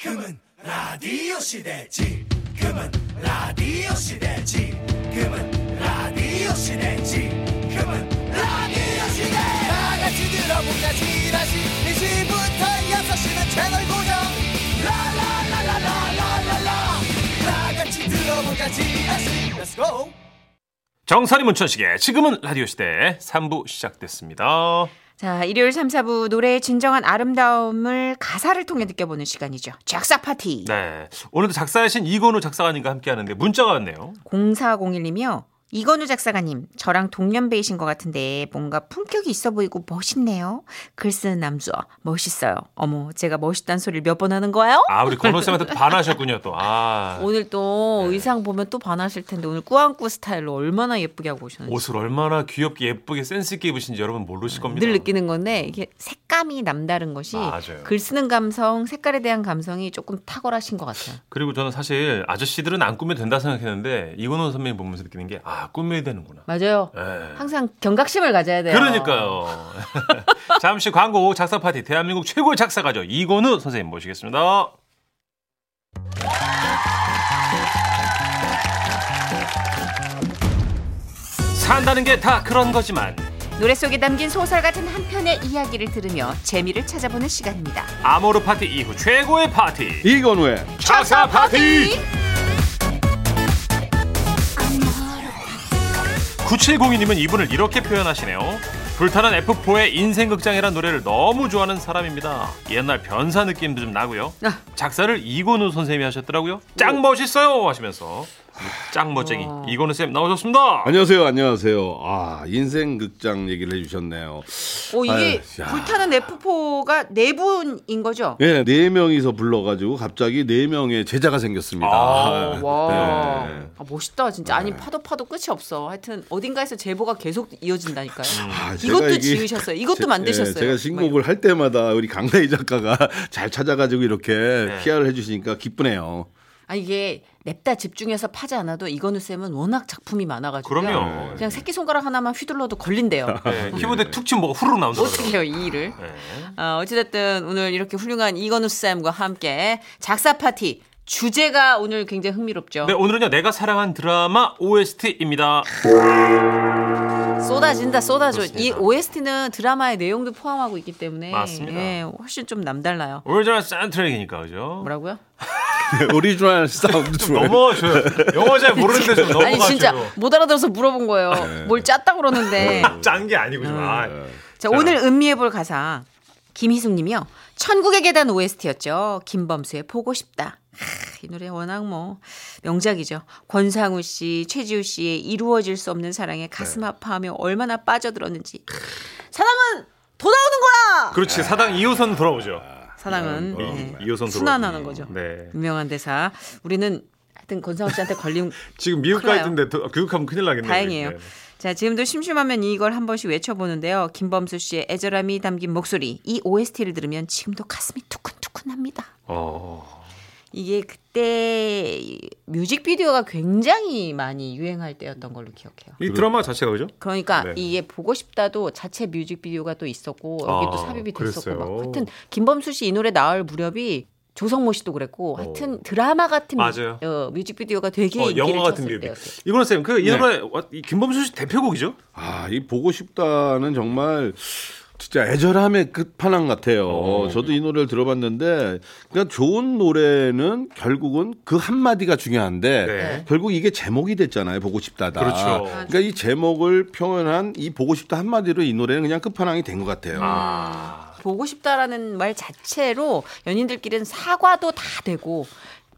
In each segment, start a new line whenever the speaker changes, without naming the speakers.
지금은 라디오 시대 지금은 라디오 시대 지금은 라디오 시대 지금은 라디오 시대 다 같이 들어보자 지라시 1시부터 6시는 채널 고정 라라라라라라라라 다 같이 들어보자 지라시 Let's go
정선이 문천식의 지금은 라디오 시대 3부 시작됐습니다.
자, 일요일 3, 4부 노래의 진정한 아름다움을 가사를 통해 느껴보는 시간이죠. 작사 파티.
네. 오늘도 작사하신 이건우 작사가님과 함께 하는데 문자가 왔네요.
0401님이요. 이건우 작사가님, 저랑 동년배이신 것 같은데 뭔가 품격이 있어 보이고 멋있네요. 글 쓰는 남자, 멋있어요. 어머, 제가 멋있다는 소리를 몇 번 하는 거예요?
아, 우리 건우쌤한테 반하셨군요, 또. 아.
오늘 또 의상 보면 또 반하실 텐데 오늘 꾸안꾸 스타일로 얼마나 예쁘게 하고 오셨는지
옷을 얼마나 귀엽게 예쁘게 센스있게 입으신지 여러분 모르실 겁니다.
늘 느끼는 건데 이게 색감이 남다른 것이
맞아요.
글 쓰는 감성, 색깔에 대한 감성이 조금 탁월하신 것 같아요.
그리고 저는 사실 아저씨들은 안 꾸며도 된다 생각했는데 이건우 선배님 보면서 느끼는 게 아, 꾸며야 되는구나.
맞아요.
예.
항상 경각심을 가져야 돼요.
그러니까요. 잠시 광고 후 작사 파티 대한민국 최고의 작사가죠. 이건우 선생님 모시겠습니다. 산다는 게 다 그런 거지만
노래 속에 담긴 소설 같은 한 편의 이야기를 들으며 재미를 찾아보는 시간입니다.
아모르 파티 이후 최고의 파티
이건우의
작사 파티 9702님은 이분을 이렇게 표현하시네요. 불타는 F4의 인생극장이란 노래를 너무 좋아하는 사람입니다. 옛날 변사 느낌도 좀 나고요.
아.
작사를 이건우 선생님이 하셨더라고요. 짱 멋있어요 하시면서 짱 멋쟁이
와.
이건우 쌤 나오셨습니다.
안녕하세요, 안녕하세요. 아 인생 극장 얘기를 해주셨네요.
오 이게
아유, 야.
불타는 F4가 네 분인 거죠?
예, 네 명이서 불러가지고 갑자기 네 명의 제자가 생겼습니다.
아,
네.
와
네.
아, 멋있다 진짜 아니 파도 파도 끝이 없어 하여튼 어딘가에서 제보가 계속 이어진다니까요
아, 제가
이것도
이게-
지으셨어요 이것도
제-
만드셨어요
예, 제가 신곡을 할 때마다 우리 강다희 작가가 잘 찾아가지고 이렇게
네.
PR을 해주시니까 기쁘네요.
아 이게 냅다 집중해서 파지 않아도 이건우 쌤은 워낙 작품이 많아가지고
그럼요.
그냥 새끼손가락 하나만 휘둘러도 걸린대요
네, 키보드에 툭 치면 뭐가 후루룩 나온다.
어떻게 해요 이 일을
네.
어, 어찌됐든 오늘 이렇게 훌륭한 이건우 쌤과 함께 작사 파티 주제가 오늘 굉장히 흥미롭죠
네, 오늘은요 내가 사랑한 드라마 OST입니다.
쏟아진다 쏟아져
그렇습니다.
이 OST는 드라마의 내용도 포함하고 있기 때문에
맞습니다.
예, 훨씬 좀 남달라요
오리지널 사운드트랙이니까 그죠?
뭐라고요?
오리지널 사운드 트랙.
넘어가셔요. 영어 잘 모르는데 좀 넘어가셔요.
아니 진짜 못 알아들어서 물어본 거예요. 뭘 짰다
네.
그러는데.
짠게 아니고 좀. 아.
자 오늘 음미해 볼 가사 김희숙님이요. 천국의 계단 OST였죠. 김범수의 보고 싶다. 하, 이 노래 워낙 뭐 명작이죠. 권상우 씨, 최지우 씨의 이루어질 수 없는 사랑에
네.
가슴 아파하며 얼마나 빠져들었는지. 사랑은 돌아오는 거야.
그렇지 사당 2호선 돌아오죠.
사랑은
이-
예,
네, 어, 이호선
순환하는
들어오죠.
거죠.
네.
유명한 대사. 우리는 하여튼 권상우 씨한테 걸린
지금 미국 가
큰일
있는데 더- 아, 교육하면 큰일 나겠네요.
다행이에요.
네.
자, 지금도 심심하면 이걸 한 번씩 외쳐보는데요. 김범수 씨의 애절함이 담긴 목소리, 이 OST를 들으면 지금도 가슴이 투근투근합니다.
어.
이게 그때 이 뮤직비디오가 굉장히 많이 유행할 때였던 걸로 기억해요.
이 드라마 자체가 그죠?
그러니까
네.
이게 보고 싶다도 자체 뮤직비디오가 또 있었고 여기 또
아,
삽입이
그랬어요.
됐었고 막 하여튼 김범수 씨 이 노래 나올 무렵이 조성모 씨도 그랬고 하여튼 드라마 같은
어. 맞아요.
뮤, 어, 뮤직비디오가 되게
어,
인기를
영화 같은
쳤을
뮤비.
때였어요.
이건 쌤, 그 이
네.
노래 와- 이 김범수 씨 대표곡이죠?
아, 이 보고 싶다는 정말 진짜 애절함의 끝판왕 같아요. 저도 이 노래를 들어봤는데, 그러니까 좋은 노래는 결국은 그 한마디가 중요한데,
네.
결국 이게 제목이 됐잖아요. 보고 싶다다.
그렇죠.
러니까이 제목을 표현한 이 보고 싶다 한마디로 이 노래는 그냥 끝판왕이 된 것 같아요.
보고 싶다라는 말 자체로 연인들끼리는 사과도 다 되고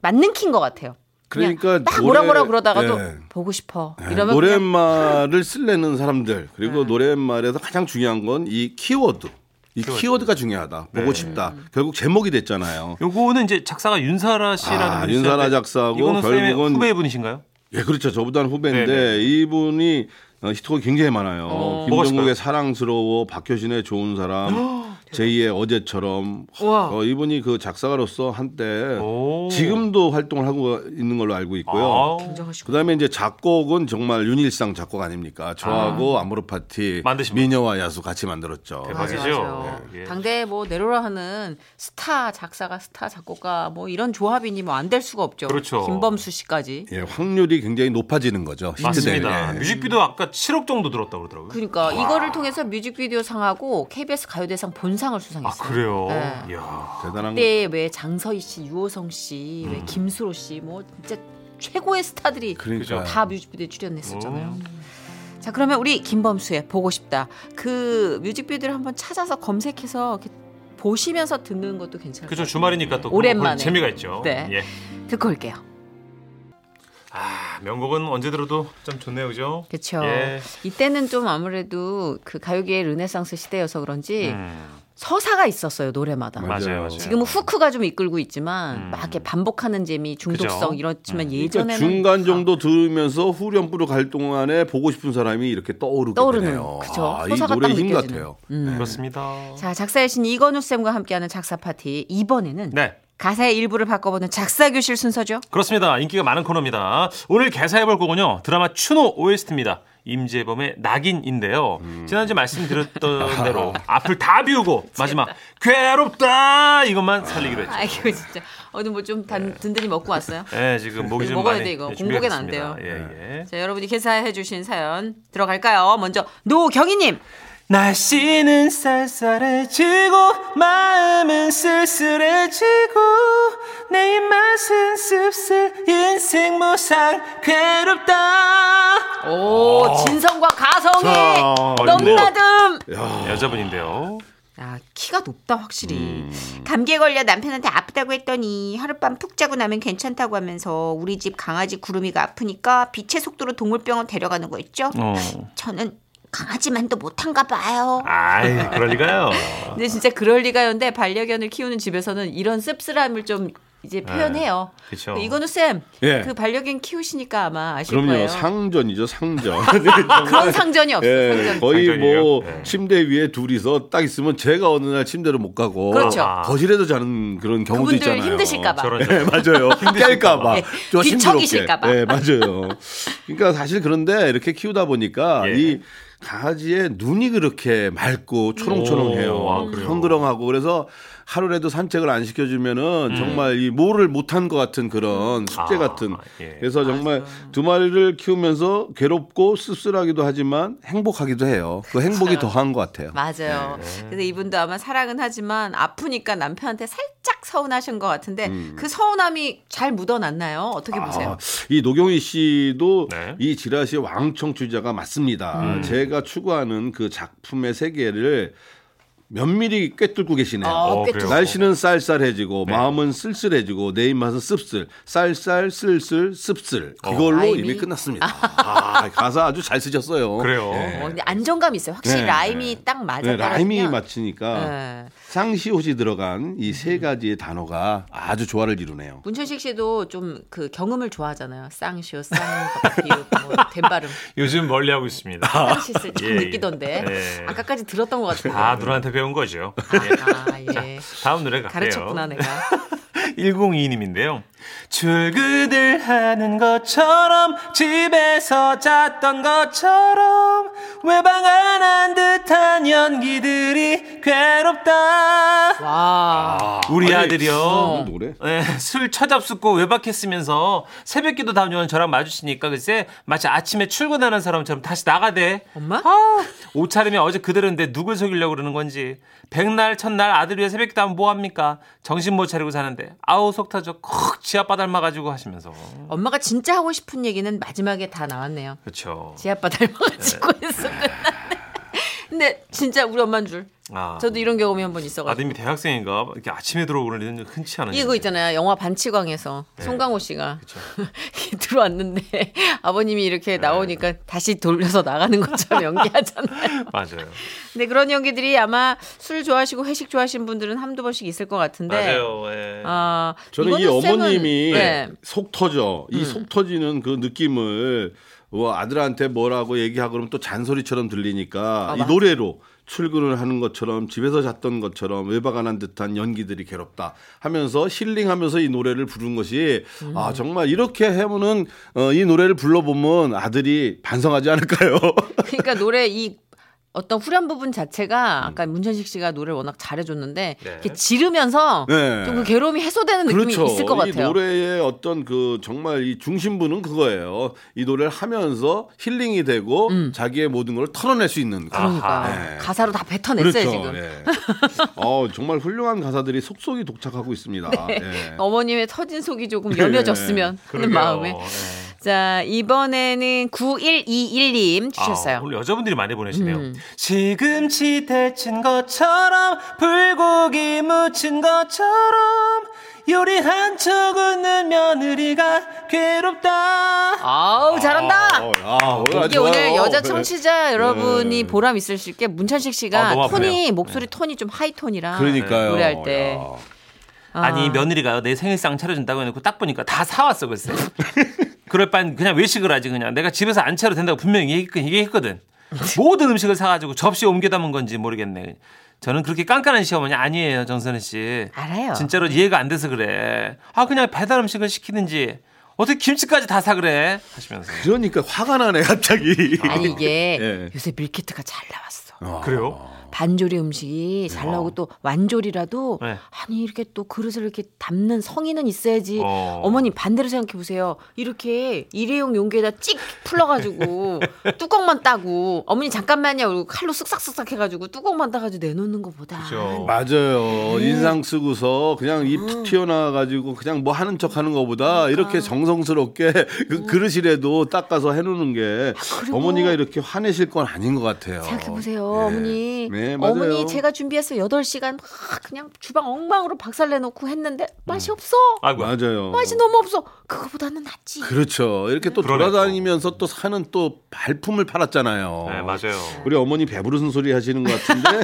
맞는 키인 것 같아요. 그냥
그러니까
딱
노래-
뭐라 뭐라 그러다가도
예.
보고 싶어
네,
이러면 그냥
노랫말을 쓸래는 사람들 그리고 노랫말에서 가장 중요한 건 이 키워드 이 키워드. 가 중요하다 보고 싶다 결국 제목이 됐잖아요
요거는 이제 작사가 윤사라 씨라는
아,
분이
윤사라
있는데
작사하고
이거는 쌤의
결국은-
후배분이신가요?
예 그렇죠 저보다는 후배인데
네네.
이분이 어, 히트곡이 굉장히 많아요
뭐가 있을까요?
김종국의 사랑스러워 박효신의 좋은 사람 제2의 어제처럼
우와.
어, 이분이 그 작사가로서 한때
오.
지금도 활동을 하고 있는 걸로 알고 있고요.
아우,
인정하시고.
그다음에 이제 작곡은 정말 윤일상 작곡 아닙니까? 저하고 아. 무로 파티,
만드신 분.
미녀와 야수 같이 만들었죠.
대박이죠.
맞아요.
예.
당대 뭐 내로라 하는 스타 작사가 스타 작곡가 뭐 이런 조합이니 뭐 안 될 수가 없죠.
그렇죠.
김범수 씨까지.
예, 확률이 굉장히 높아지는 거죠. 히트되는.
맞습니다. 네.
예.
뮤직비디오 아까 7억 정도 들었다고 그러더라고요.
그러니까 이거를 통해서 뮤직비디오 상하고 KBS 가요대상 본상을
아
수상했어요.
그래요.
네.
이야.
대단한 거.
그때 왜 장서희 씨, 유호성 씨, 왜 김수로 씨, 뭐 진짜 최고의 스타들이
음. 그러니까
다 뮤직비디오에 출연했었잖아요. 자 그러면 우리 김범수의 보고 싶다 그 뮤직비디오를 한번 찾아서 검색해서 이렇게 보시면서 듣는 것도 괜찮을 것
그죠 주말이니까 또
오랜만에.
그런 재미가 있죠.
네.
예.
같아요. 듣고 올게요.
아 명곡은 언제 들어도 참 좋네요, 그죠?
그렇죠.
예.
이때는 좀 아무래도 그 가요계의 르네상스 시대여서 그런지
음,
서사가 있었어요 노래마다.
맞아요.
맞아요, 맞아요.
지금은 후크가 좀 이끌고 있지만
음.
막 이렇게 반복하는 재미, 중독성
그죠?
이렇지만
그러니까
예전에는 아.
중간 정도 들으면서 후렴부로 갈 동안에 보고 싶은 사람이 이렇게 떠오르게
떠오르는,
되네요.
그죠?
아, 이
서사가
노래
딱
힘
느껴지는.
같아요.
음.
그렇습니다.
어. 자 작사의 신 이건우 쌤과 함께하는 작사 파티 이번에는
네.
가사의 일부를 바꿔보는 작사 교실 순서죠.
그렇습니다. 인기가 많은 코너입니다. 오늘 개사해볼 곡은요. 드라마 추노 OST입니다. 임재범의 낙인인데요.
음.
지난주 말씀드렸던 대로 앞을 다 비우고 마지막 괴롭다 이것만 살리기로 했죠.
아이고 진짜 오늘 뭐좀 든든히 먹고 왔어요.
예, 지금 목이 좀
먹어야
많이
돼, 이거.
예,
공복엔 안 돼요.
준비가 됐습니다. 예, 예.
자 여러분이 개사해주신 사연 들어갈까요? 먼저 노경희님
날씨는 쌀쌀해지고 마음은 쓸쓸해지고 내 입맛은 씁쓸 인생 무상 괴롭다
오, 진성과 가성의
자,
넘나듬.
여자분인데요.
아, 키가 높다 확실히. 감기에 걸려 남편한테 아프다고 했더니 하룻밤 푹 자고 나면 괜찮다고 하면서 우리 집 강아지 구름이가 아프니까 빛의 속도로 동물병원 데려가는 거 있죠?
어.
저는 강아지만도 못한가 봐요.
아이 그럴 리가요.
근데 진짜 그럴 리가요인데 반려견을 키우는 집에서는 이런 씁쓸함을 좀 이제 표현해요.
그쵸.
이건우 쌤,
네. 예.
그 반려견 키우시니까 아마 아실
그럼요.
거예요.
상전이죠, 상전.
그런 상전이 없어요.
예,
상전.
거의
상전이에요.
뭐
예.
침대 위에 둘이서 딱 있으면 제가 어느 날 침대로 못 가고
그렇죠.
거실에서 자는 그런 경우도
그분들
있잖아요.
힘드실까봐.
아. 저런
예, 맞아요. 깰까봐.
예,
좀 힘들게.
뒤척이실까봐.
예, 맞아요. 그러니까 사실 그런데 이렇게 키우다 보니까
예.
이 강아지의 눈이 그렇게 맑고
오, 아,
초롱초롱해요.
그래요?
흥그렁하고 그래서 하루라도 산책을 안 시켜주면은 정말 이 뭐를 못한 것 같은 그런 숙제
음. 아,
같은.
예.
그래서 정말 두 마리를 키우면서 괴롭고 씁쓸하기도 하지만 행복하기도 해요. 그 행복이 더한 것 같아요.
맞아요.
예.
그래서 이분도 아마 사랑은 하지만 아프니까 남편한테 살짝 서운하신 것 같은데 그 서운함이 잘 묻어났나요? 어떻게 보세요?
음. 아, 이 노경희 씨도
네. 음.
이 지라시 왕청 주자가 맞습니다. 제가 추구하는 그 작품의 세계를 면밀히 꿰뚫고 계시네요.
어,
어,
꽤
그래요.
좀-
날씨는 쌀쌀해지고
네.
마음은 쓸쓸해지고 내 입맛은 씁쓸 쌀쌀 쓸쓸 씁쓸
아,
그걸로
이미?
이미 끝났습니다. 아, 가사 아주 잘 쓰셨어요.
그래요.
예.
어, 근데 안정감 있어요. 확실히
네,
라임이 딱 맞아.
네, 라임이
떨어지면.
맞히니까
네.
상시옷이 들어간 이 세 가지의 단어가 아주 조화를 이루네요.
문천식 씨도 좀 그 경음을 좋아하잖아요. 쌍시오, 쌍비오, 뭐 된발음.
요즘 멀리하고 있습니다.
아.
쌍시스를 좀
예, 예.
느끼던데
예.
아까까지 들었던 것 같은데.
다 누나한테 배운 거죠.
아, 예.
다음 노래 갈게요.
가르쳤구나 네. 내가.
1022님인데요. 출근을 하는 것처럼 집에서 잤던 것처럼 외방 안 한 듯한 연기들이 괴롭다.
와.
우리
어.
아, 아니, 어,
아들이요.
이 노래.
예, 술 처잡수고 외박했으면서 새벽기도 담요한 저랑 마주치니까 글쎄 마치 아침에 출근하는 사람처럼 다시 나가대.
엄마?
아, 옷차림이 어제 그대로인데 누굴 속이려고 그러는 건지. 백날 첫날 아들 위해 새벽기도 하면 뭐합니까? 정신 못 차리고 사는데 아우 속 타죠. 콕 지아빠 닮아가지고 하시면서.
엄마가 진짜 하고 싶은 얘기는 마지막에 다 나왔네요.
그렇죠.
지 아빠 닮아가지고 해서 끝났네. 근데 진짜 우리 엄마인 줄.
아.
저도 이런 경험이 한 번 있어가지고.
아드님이 네. 대학생인가? 이렇게 아침에 들어오는 일은 흔치 않은
이거
일인데.
있잖아요. 영화 반치광에서
네.
송강호 씨가 들어왔는데 아버님이
네.
이렇게 나오니까 다시 돌려서 나가는 것처럼 연기하잖아요.
맞아요.
근데 그런 연기들이 아마 술 좋아하시고 회식 좋아하시는 분들은 한두 번씩 있을 것 같은데.
맞아요. 예.
아,
저는 이
이거는 쌤은-
어머님이
네. 음.
속 터져 이 속 터지는 그 느낌을 뭐 아들한테 뭐라고 얘기하고 그러면 또 잔소리처럼 들리니까 이
맞아.
노래로 출근을 하는 것처럼 집에서 잤던 것처럼 외박 안 한 듯한 연기들이 괴롭다 하면서 힐링하면서 이 노래를 부른 것이
음.
아 정말 이렇게 해보는 어, 이 노래를 불러보면 아들이 반성하지 않을까요?
그러니까 노래 이 어떤 후렴 부분
음.
자체가 아까 문천식 씨가 노래를 워낙 잘해줬는데
네.
이렇게 지르면서
네.
좀 그 괴로움이 해소되는 느낌이
그렇죠.
있을 것 같아요.
이 노래의 어떤 그 정말 이 중심부는 그거예요. 이 노래를 하면서 힐링이 되고 자기의 모든 걸 털어낼 수 있는 거.
음. 그러니까
네.
가사로 다 뱉어냈어요 지금.
예. 어, 정말 훌륭한 가사들이 속속이 독착하고 있습니다.
네.
예.
어머님의 터진 속이 조금
네.
여며졌으면 하는
그러게요.
마음에.
네.
자, 이번에는 9121님 주셨어요. 음.
아, 오늘 여자분들이 많이 보내시네요. 시금치 데친 것처럼 불고기 무친 것처럼 요리 한척 웃는 며느리가 괴롭다.
아우, 잘한다!
어, 아, 오늘
이게
아주
오늘
좋아요.
여자
네.
청취자 여러분이 보람 있을 수 있게 문천식
아,
씨가
너무
톤이
아프네요.
목소리 톤이 좀 하이 톤이라
그러니까요.
노래할 때.
야.
아.
아. 니 며느리가 내 생일상 차려준다고 해놓고 딱 보니까 다 사왔어 글쎄. 그럴 반 그냥 외식을 하지 그냥 내가 집에서 안 차려도 된다고 분명히 얘기- 얘기했거든. 모든 음식을 사가지고 접시에 옮겨 담은 건지 모르겠네. 저는 그렇게 깐깐한 시어머니 아니에요 정선혜 씨.
알아요.
진짜로 이해가 안 돼서 그래. 아 그냥 배달 음식을 시키든지 어떻게 김치까지 다 사 그래 하시면서.
그러니까 화가 나네 갑자기.
아니 이게
예.
요새 밀키트가 잘 나왔어.
아,
그래요?
반조리 음식이 잘 나오고 또 완조리라도
네.
아니 이렇게 또 그릇을 이렇게 담는 성의는 있어야지.
어.
어. 머님 반대로 생각해 보세요. 이렇게 일회용 용기에다 찍 풀러가지고 뚜껑만 따고 어머니 잠깐만요. 그리고 칼로 쓱싹쓱싹 해가지고 뚜껑만 따가지고 내놓는 것보다.
맞아요.
네.
인상 쓰고서 그냥 입
음.
튀어나와 가지고 그냥 뭐 하는 척 하는 것보다 이렇게 정성스럽게 그 그릇이라도 닦아서 해놓는 게
음. 그리고
어머니가 이렇게 화내실 건 아닌 것
어,
같아요.
생각해보세요,
예.
어머니.
네, 맞아요.
어머니, 제가 준비해서 8시간 막 그냥 주방 엉망으로 박살내놓고 했는데 맛이 없어.
음. 아이고.
맞아요.
맛이 너무 없어. 그거보다는 낫지.
그렇죠. 이렇게 또
그러네요.
돌아다니면서 또 사는 또 발품을 팔았잖아요.
네 맞아요.
우리 어머니 배부르는 소리 하시는 것 같은데.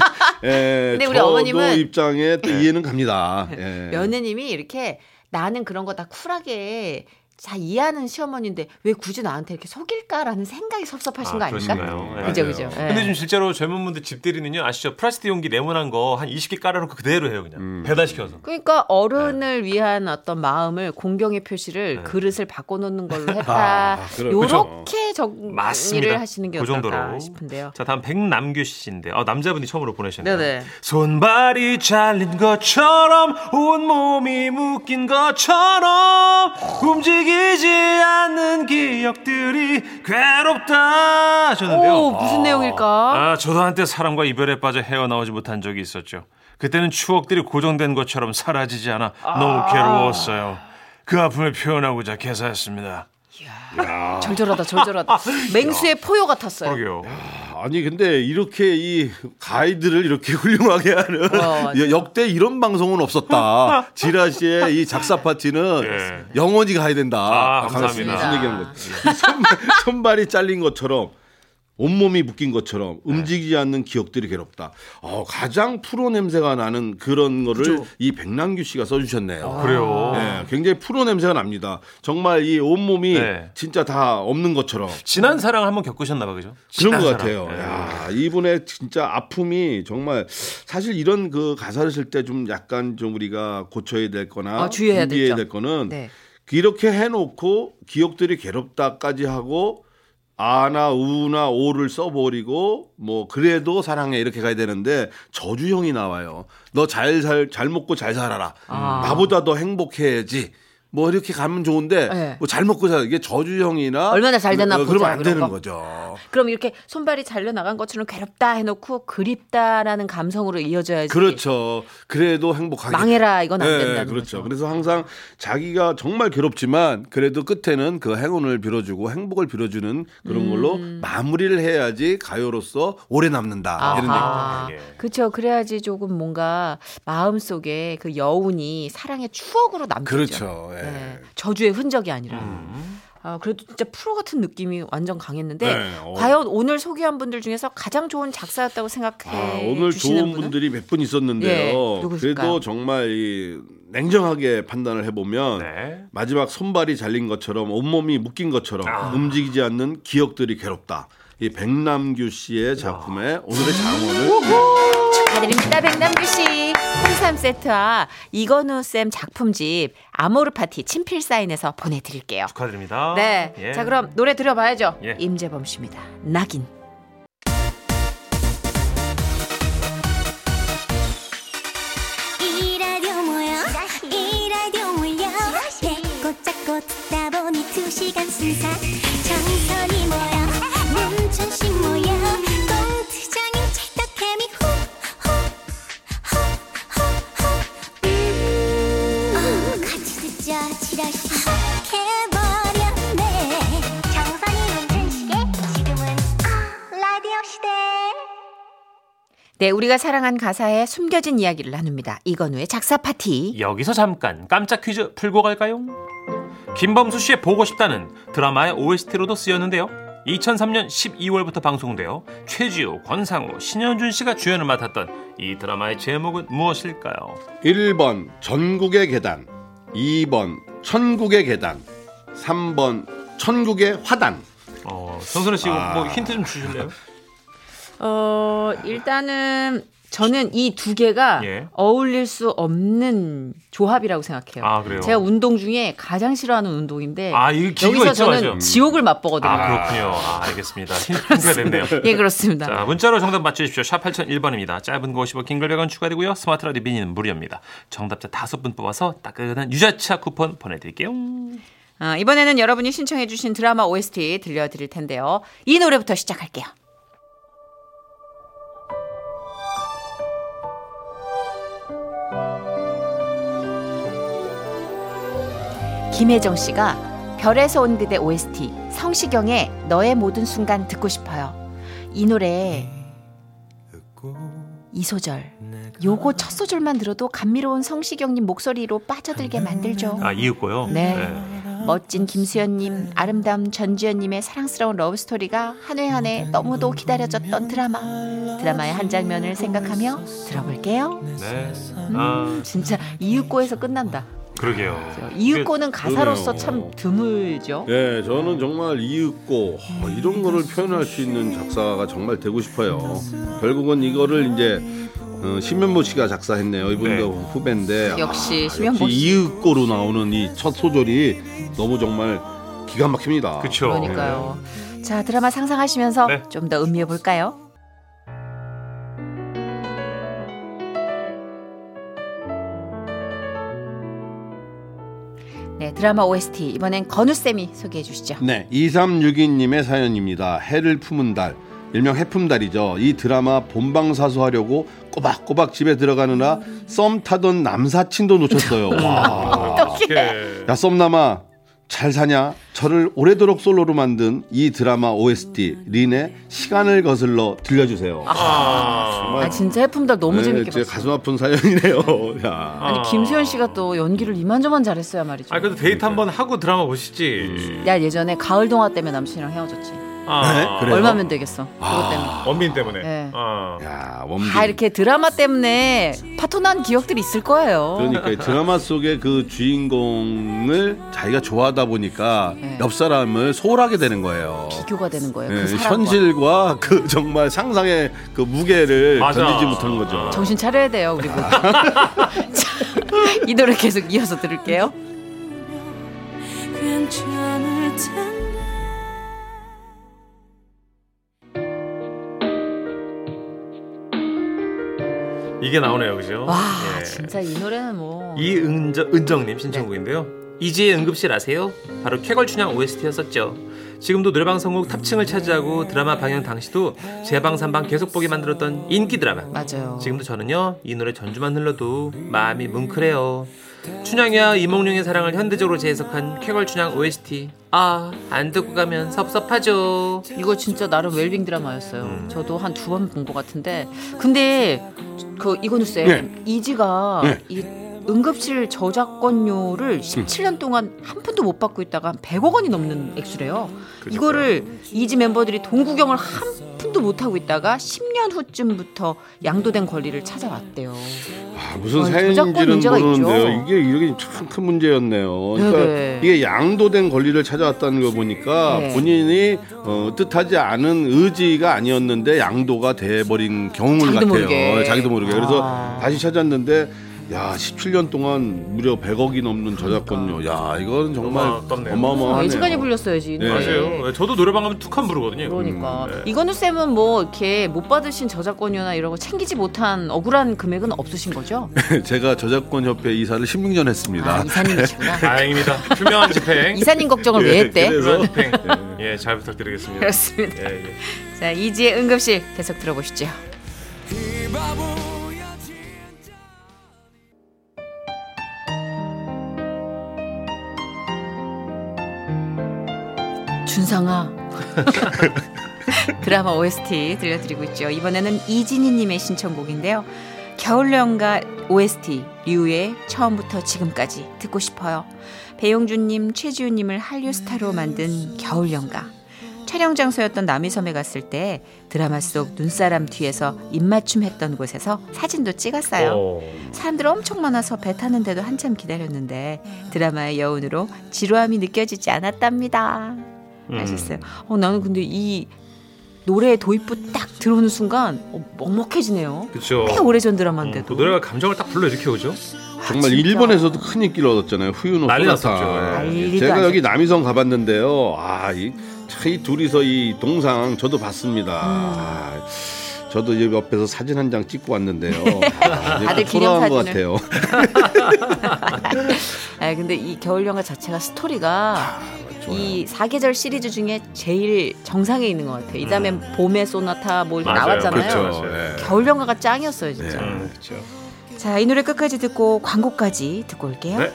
예,
근데 우리
저도
어머님은-
입장에
네.
또 이해는 갑니다. 예.
며느님이 이렇게 나는 그런 거 다 쿨하게 다 이해하는 시어머니인데 왜 굳이 나한테 이렇게 속일까라는 생각이 섭섭하신 거 아닐까?
그러신가요?
네.
그죠,
맞아요.
그죠. 예.
근데 지금 실제로 젊은 분들 집들이는요 아시죠 플라스틱 용기 네모난 거 한 20개 깔아놓고 그대로 해요 그냥 배달 시켜서.
그러니까
네.
어른을 위한 어떤 마음을 공경의 표시를 그릇을 바꿔놓는 걸로 했다.
아, 그래,
요렇게 정리를
맞습니다.
하시는 게
그
어떨까
정도로.
싶은데요.
자 다음 백남규 씨인데 어, 남자분이 처음으로 보내셨네요.
네네.
손발이 잘린 것처럼 온 몸이 묶인 것처럼 움직이지 않는 기억들이 괴롭다 하셨는데요.
오, 무슨 내용일까?
아, 저도 한때 사람과 이별에 빠져 헤어나오지 못한 적이 있었죠. 그때는 추억들이 고정된 것처럼 사라지지 않아 너무 괴로웠어요. 그 아픔을 표현하고자 개사했습니다.
절절하다, 절절하다. 맹수의 포효 같았어요.
그러게요.
아니 근데 이렇게 이 가이드를 이렇게 훌륭하게 하는
어, 맞아요.
역대 이런 방송은 없었다. 지라 씨의 이 작사 파티는
예.
영원히 가야 된다.
아,
아,
감사합니다.
무슨 얘기한 거지? 이 손발, 손발이 잘린 것처럼 온몸이 묶인 것처럼
네.
움직이지 않는 기억들이 괴롭다. 어, 가장 프로 냄새가 나는 그런 거를 이 백남규 씨가 써주셨네요.
아.
그래요.
예, 굉장히 프로 냄새가 납니다. 정말 이 온몸이
네.
진짜 다 없는 것처럼
지난 사랑 한번 겪으셨나 봐 그죠?
그런
지난
것
사랑.
같아요.
예.
야, 이분의 진짜 아픔이 정말 사실 이런 그 가사를 쓸 때 좀 약간 좀 우리가 고쳐야 될 거나
아, 주의해야
준비해야
되죠.
될 거는
네.
이렇게 해놓고 기억들이 괴롭다까지 하고 아나 우나 오를 써버리고 뭐 그래도 사랑해 이렇게 가야 되는데 저주형이 나와요. 너 잘 잘 잘 먹고 잘 살아라.
아.
나보다 더 행복해야지. 뭐 이렇게 가면 좋은데
네.
뭐 잘 먹고 살 이게 저주형이나
얼마나 잘 되나
어, 그러면
보자,
안
그런
되는
거.
거죠.
그럼 이렇게 손발이 잘려 나간 것처럼 괴롭다 해놓고 그립다라는 감성으로 이어져야지.
그렇죠. 그래도 행복하게.
망해라, 이건 안 된다는
그렇죠.
거죠.
그래서 항상 자기가 정말 괴롭지만 그래도 끝에는 그 행운을 빌어주고 행복을 빌어주는 그런
음.
걸로 마무리를 해야지 가요로서 오래 남는다.
아하.
이런 얘기죠, 이게.
그렇죠. 그래야지 조금 뭔가 마음 속에 그 여운이 사랑의 추억으로 남죠. 네.
그렇죠. 예.
저주의 흔적이 아니라. 아, 그래도 진짜 프로 같은 느낌이 완전 강했는데
네, 어.
과연 오늘 소개한 분들 중에서 가장 좋은 작사였다고 생각해
아, 오늘
주시는
좋은
분은?
분들이 몇 분
예,
있었는데요.
누구실까요?
그래도 정말 이 냉정하게 판단을 해보면
네.
마지막 손발이 잘린 것처럼 온몸이 묶인 것처럼 움직이지 않는 기억들이 괴롭다. 이 백남규 씨의 작품에 오늘의 장원을
축하드립니다. 백남규 씨. 홍삼 세트와 이건우 쌤 작품집 아모르 파티 친필 사인에서 보내드릴게요.
축하드립니다.
네.
예.
자, 그럼 노래 들어봐야죠.
예.
임재범 씨입니다. 낙인.
이 라디오 뭐야 이 라디오 몰려 배꼽 잡고 듣다 보니 두 시간 순삭 정선이 뭐야 문천식 뭐야 공투장인 찰떡케미 후후후후후 음. 어, 같이 듣자 지라시 해버렸네 정선이 문천식의 지금은 라디오 시대
네, 우리가 사랑한 가사에 숨겨진 이야기를 나눕니다. 이건우의 작사 파티.
여기서 잠깐 깜짝 퀴즈 풀고 갈까요? 김범수 씨의 보고 싶다는 드라마의 OST로도 쓰였는데요. 2003년 12월부터 방송되어 최지우, 권상우, 신현준 씨가 주연을 맡았던 이 드라마의 제목은 무엇일까요?
1번 전국의 계단 2번 천국의 계단 3번 천국의 화단
어, 정선우 씨,
아.
뭐 힌트 좀 주실래요?
어, 일단은 저는 이 두 개가
예.
어울릴 수 없는 조합이라고 생각해요.
아, 그래요?
제가 운동 중에 가장 싫어하는 운동인데
아, 이거 기가
여기서
있죠,
저는
맞죠?
지옥을 맛보거든요.
아, 그렇군요. 아, 알겠습니다. 힌트가 됐네요.
예, 그렇습니다.
자, 문자로 정답 맞춰주십시오. 샵 8001번입니다. 짧은 거 50원, 긴글 100원 추가되고요. 스마트 라디오 미니는 무료입니다. 정답자 5분 뽑아서 따끈한 유자차 쿠폰 보내드릴게요.
아, 이번에는 여러분이 신청해주신 드라마 OST 들려드릴 텐데요. 이 노래부터 시작할게요. 김혜정 씨가 별에서 온 그대 OST 성시경의 너의 모든 순간 듣고 싶어요. 이 노래 이 소절 요거 첫 소절만 들어도 감미로운 성시경님 목소리로 빠져들게 만들죠.
아, 이윽고요.
네. 멋진 김수현님, 아름다운 전지현님의 사랑스러운 러브 스토리가 한 회 한 회 너무도 기다려졌던 드라마. 드라마의 한 장면을 생각하며 들어볼게요.
네. 아,
진짜 이윽고에서 끝난다.
그러게요.
이윽고는 가사로서
그러네요.
참 드물죠.
예, 저는 정말 이윽고 어, 이런 거를 표현할 수 있는 작사가 정말 되고 싶어요. 결국은 이거를 이제 어, 심현보 씨가 작사했네요. 이분도 후배인데
역시
아,
심현보
역시
씨.
이윽고로 나오는 이 첫 소절이 너무 정말 기가 막힙니다.
그쵸.
그러니까요. 자, 드라마 상상하시면서
네.
좀 더 음미해 볼까요? 네, 드라마 OST 이번엔 건우 쌤이 소개해 주시죠.
네, 2362님의 사연입니다. 해를 품은 달. 일명 해품달이죠. 이 드라마 본방사수하려고 꼬박꼬박 집에 들어가느라 썸 타던 남사친도 놓쳤어요. 와.
예.
아, 네.
야 썸남아 잘 사냐? 저를 오래도록 솔로로 만든 이 드라마 OST 린의 시간을 거슬러 들려주세요.
아,
정말
아 진짜 해품달 너무
네,
재밌게
제
봤어요.
가슴 아픈 사연이네요. 야.
아니 김수현 씨가 또 연기를 이만저만 잘했어야 말이죠.
아, 그래도 데이트 한번 하고 드라마 보시지.
야 예전에 가을 동화 때문에 남친이랑 헤어졌지.
아,
네? 아. 그래요?
얼마면 되겠어? 그것 때문에.
원빈 때문에.
네.
아.
야 원빈.
다 이렇게 드라마 때문에 파토난 기억들이 있을 거예요.
그러니까 이 드라마 속의 그 주인공을 자기가 좋아하다 보니까
네.
옆 사람을 소홀하게 되는 거예요.
비교가 되는 거예요.
네,
그 사람과.
현실과 그 정말 상상의 그 무게를
맞아.
견디지 못한 거죠.
정신 차려야 돼요. 그리고 자, 이 노래 계속 이어서 들을게요.
괜찮을 텐데
이게 나오네요, 그죠?
와
예.
진짜 이 노래는 뭐
이은정 은정님 신청곡인데요. 이지의 응급실 아세요? 바로 쾌걸춘향 OST였었죠. 지금도 노래방 선곡 탑층을 차지하고 드라마 방영 당시도 재방산방 계속 보게 만들었던 인기 드라마.
맞아요.
지금도 저는요 이 노래 전주만 흘러도 마음이 뭉클해요. 춘향이와 이몽룡의 사랑을 현대적으로 재해석한 쾌걸춘향 OST. 아 안 듣고 가면 섭섭하죠.
이거 진짜 나름 웰빙 드라마였어요. 저도 한 두 번 본 것 같은데 근데 그 이건우 쌤
네.
이지가
네.
이 응급실 저작권료를 17년 동안 한 푼도 못 받고 있다가 한 100억 원이 넘는 액수래요. 이거를 이지 멤버들이 동구경을 한 푼도 못 하고 있다가 10년 후쯤부터 양도된 권리를 찾아왔대요.
아, 무슨
아니,
사연인지는
저작권 문제가
모르는데요.
있죠.
이게 이게 참 큰 문제였네요. 그러니까
네네.
이게 양도된 권리를 찾아왔다는 거 보니까
네.
본인이 어, 뜻하지 않은 의지가 아니었는데 양도가 돼버린 경우
자기도
같아요. 네,
모르게.
자기도 모르게. 그래서
아.
다시 찾았는데 야 17년 동안 무려 100억이 넘는 저작권료. 야 이건 정말
어마어마하네요.
그러니까. 아,
어마어마하네요.
예전까지 불렸어야지. 이 노래.
맞아요. 네, 저도 노래방 가면 툭한 부르거든요. 음,
그러니까 이건우 쌤은 뭐 이렇게 못 받으신 저작권료나 이런 거 챙기지 못한 억울한 금액은 없으신 거죠?
제가 저작권 협회 이사를 16년 했습니다.
아, 이사님이시구나.
다행입니다. 투명한 집행.
이사님 걱정을
예,
왜 했대?
그래서-
투명한 집행. 예, 잘 부탁드리겠습니다.
그렇습니다.
예, 예.
자 이지의 응급실 계속 들어보시죠.
이 바보야 진짜
준상아. 드라마 OST 들려드리고 있죠. 이번에는 이진희님의 신청곡인데요. 겨울연가 OST 류의 처음부터 지금까지 듣고 싶어요. 배용준님, 최지훈님을 한류스타로 만든 겨울연가. 촬영 장소였던 남이섬에 갔을 때 드라마 속 눈사람 뒤에서 입맞춤 했던 곳에서 사진도 찍었어요.
오.
사람들 엄청 많아서 배 타는데도 한참 기다렸는데 드라마의 여운으로 지루함이 느껴지지 않았답니다.
음.
하셨어요. 어, 나는 근데 이 노래 도입부 딱 들어오는 순간 어, 먹먹해지네요.
그쵸.
꽤 오래전
음,
드라마인데도.
그 노래가 감정을 딱 불러일으켜 오죠.
정말
진짜.
일본에서도 큰 인기를 얻었잖아요. 후유노
난리
소나타. 예,
났었죠. 예.
난리도
제가
아니죠.
여기 남이섬 가봤는데요. 아, 이, 참, 이 둘이서 이 동상 저도
음.
봤습니다. 아, 저도 이 옆에서 사진 한 장 찍고 왔는데요. 아,
다들
초라한 것
기념사진을. 네,
같아요.
아 근데 이 겨울연가 자체가
아,
스토리가 이 사계절 시리즈 중에 제일 정상에 있는 것 같아요. 이 다음에 봄의 소나타 뭐 이렇게
맞아요.
나왔잖아요.
그렇죠.
맞아요.
예.
겨울연가가 짱이었어요 진짜.
음, 그쵸.
자 이 노래 끝까지 듣고 광고까지 듣고 올게요.
네.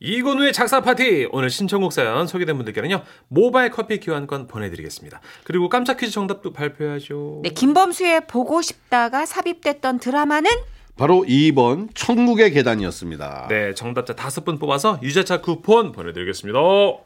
이건우의 작사 파티 오늘 신청곡 사연 소개된 분들께는요 모바일 커피 교환권 보내드리겠습니다. 그리고 깜짝 퀴즈 정답도 발표하죠.
네, 김범수의 보고 싶다가 삽입됐던 드라마는
바로 2번 천국의 계단이었습니다.
네, 정답자 다섯 분 뽑아서 유자차 쿠폰 보내드리겠습니다.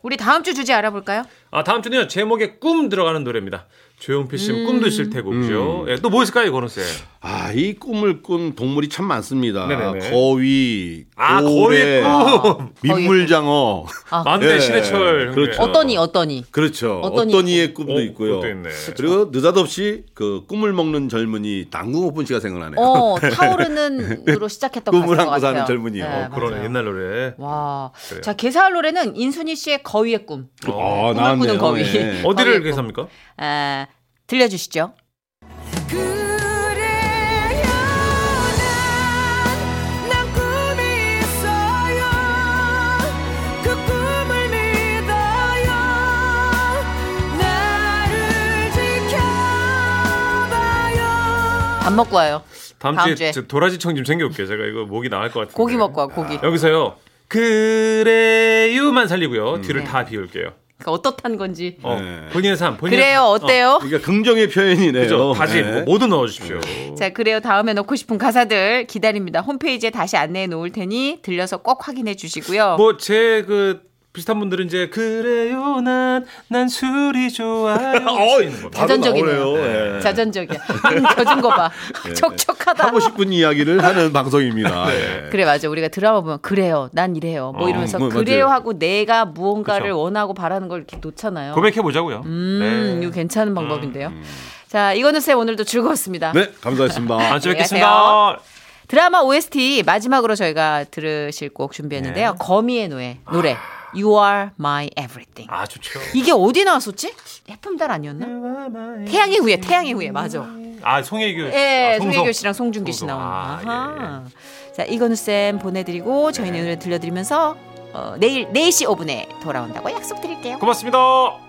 우리 다음 주 주제 알아볼까요?
아 다음 주는요 제목에 꿈 들어가는 노래입니다. 조용필 씨
음.
꿈도 있을 테고 그죠? 예, 또뭐 있을까요, 이건우 씨?
아, 이 꿈을 꾼 동물이 참 많습니다.
네네네.
거위,
아,
고래,
거위의 꿈.
민물장어.
만대
예,
신해철.
그렇죠.
형님.
어떠니 어떠니?
그렇죠.
어떤
어떤, 이의 꿈도
어,
있고요.
그것도 있네.
그리고 느닷없이 그 꿈을 먹는 젊은이 당구 오픈 씨가 생각나네요.
어 타오르는으로 시작했던
꿈을
가수인 것
안고 사는
같아요.
젊은이요.
네,
그런
맞아요.
옛날 네. 노래.
와,
그래요.
자 개사할 노래는 인순이 씨의 거위의 꿈.
어,
아,
꿈을 꾸는
나왔네요.
거위.
예.
어디를
거위의
계산합니까
꿈. 아, 들려주시죠.
그래요 난, 난 꿈이 있어요 그 꿈을 믿어요 나를 지켜봐요
밥 먹고 와요.
다음,
다음 주에.
주에, 저 도라지청 좀 챙겨올게요. 제가 이거 목이 나갈 것 같은데.
고기 먹고 와 고기.
여기서요. 그래요만 살리고요. 뒤를
네.
다 비울게요.
그러니까 어떻단 건지.
어,
네.
본인의 삶, 본인의
그래요
삶.
어때요?
그러니까 긍정의 표현이네요.
그죠? 다시
네.
뭐 모두 넣어주십시오.
자 그래요 다음에 넣고 싶은 가사들 기다립니다. 홈페이지에 다시 안내해 놓을 테니 들려서 꼭 확인해 주시고요.
뭐 제 그 비슷한 분들은 이제 그래요 난 난 술이 좋아요. 하시는 거.
바로
자전적이네요.
나오네요. 예.
자전적이야. 음, 젖은 거 봐. 촉촉하다.
하고 싶은 이야기를 하는 방송입니다.
네.
예.
그래 맞아. 우리가 드라마 보면 그래요. 난 이래요. 뭐
어,
이러면서
뭐, 맞아요.
그래요 하고 내가 무언가를
그쵸.
원하고 바라는 걸 이렇게 놓잖아요.
고백해 보자고요.
음,
네.
이거 괜찮은 방법인데요. 자, 이건우 쌤 오늘도 즐거웠습니다.
음. 네, 감사했습니다.
다음 주에 뵙겠습니다.
드라마 OST 마지막으로 저희가 들으실 곡 준비했는데요.
네.
거미의 노래. 노래. You are my everything.
아 좋죠.
이게 어디 나왔었지? 해품달 아니었나? 태양의 후예, 태양의 후예. 맞아.
아 송혜교.
예,
아, 송송.
송혜교 씨랑 송중기 씨
송송.
나오는.
아, 예, 네.
아하. 자, 이건우 쌤네 보내드리고 저희는 오늘 들려드리면서 어, 내일 4시 5분에 돌아온다고 약속드릴게요.
고맙습니다.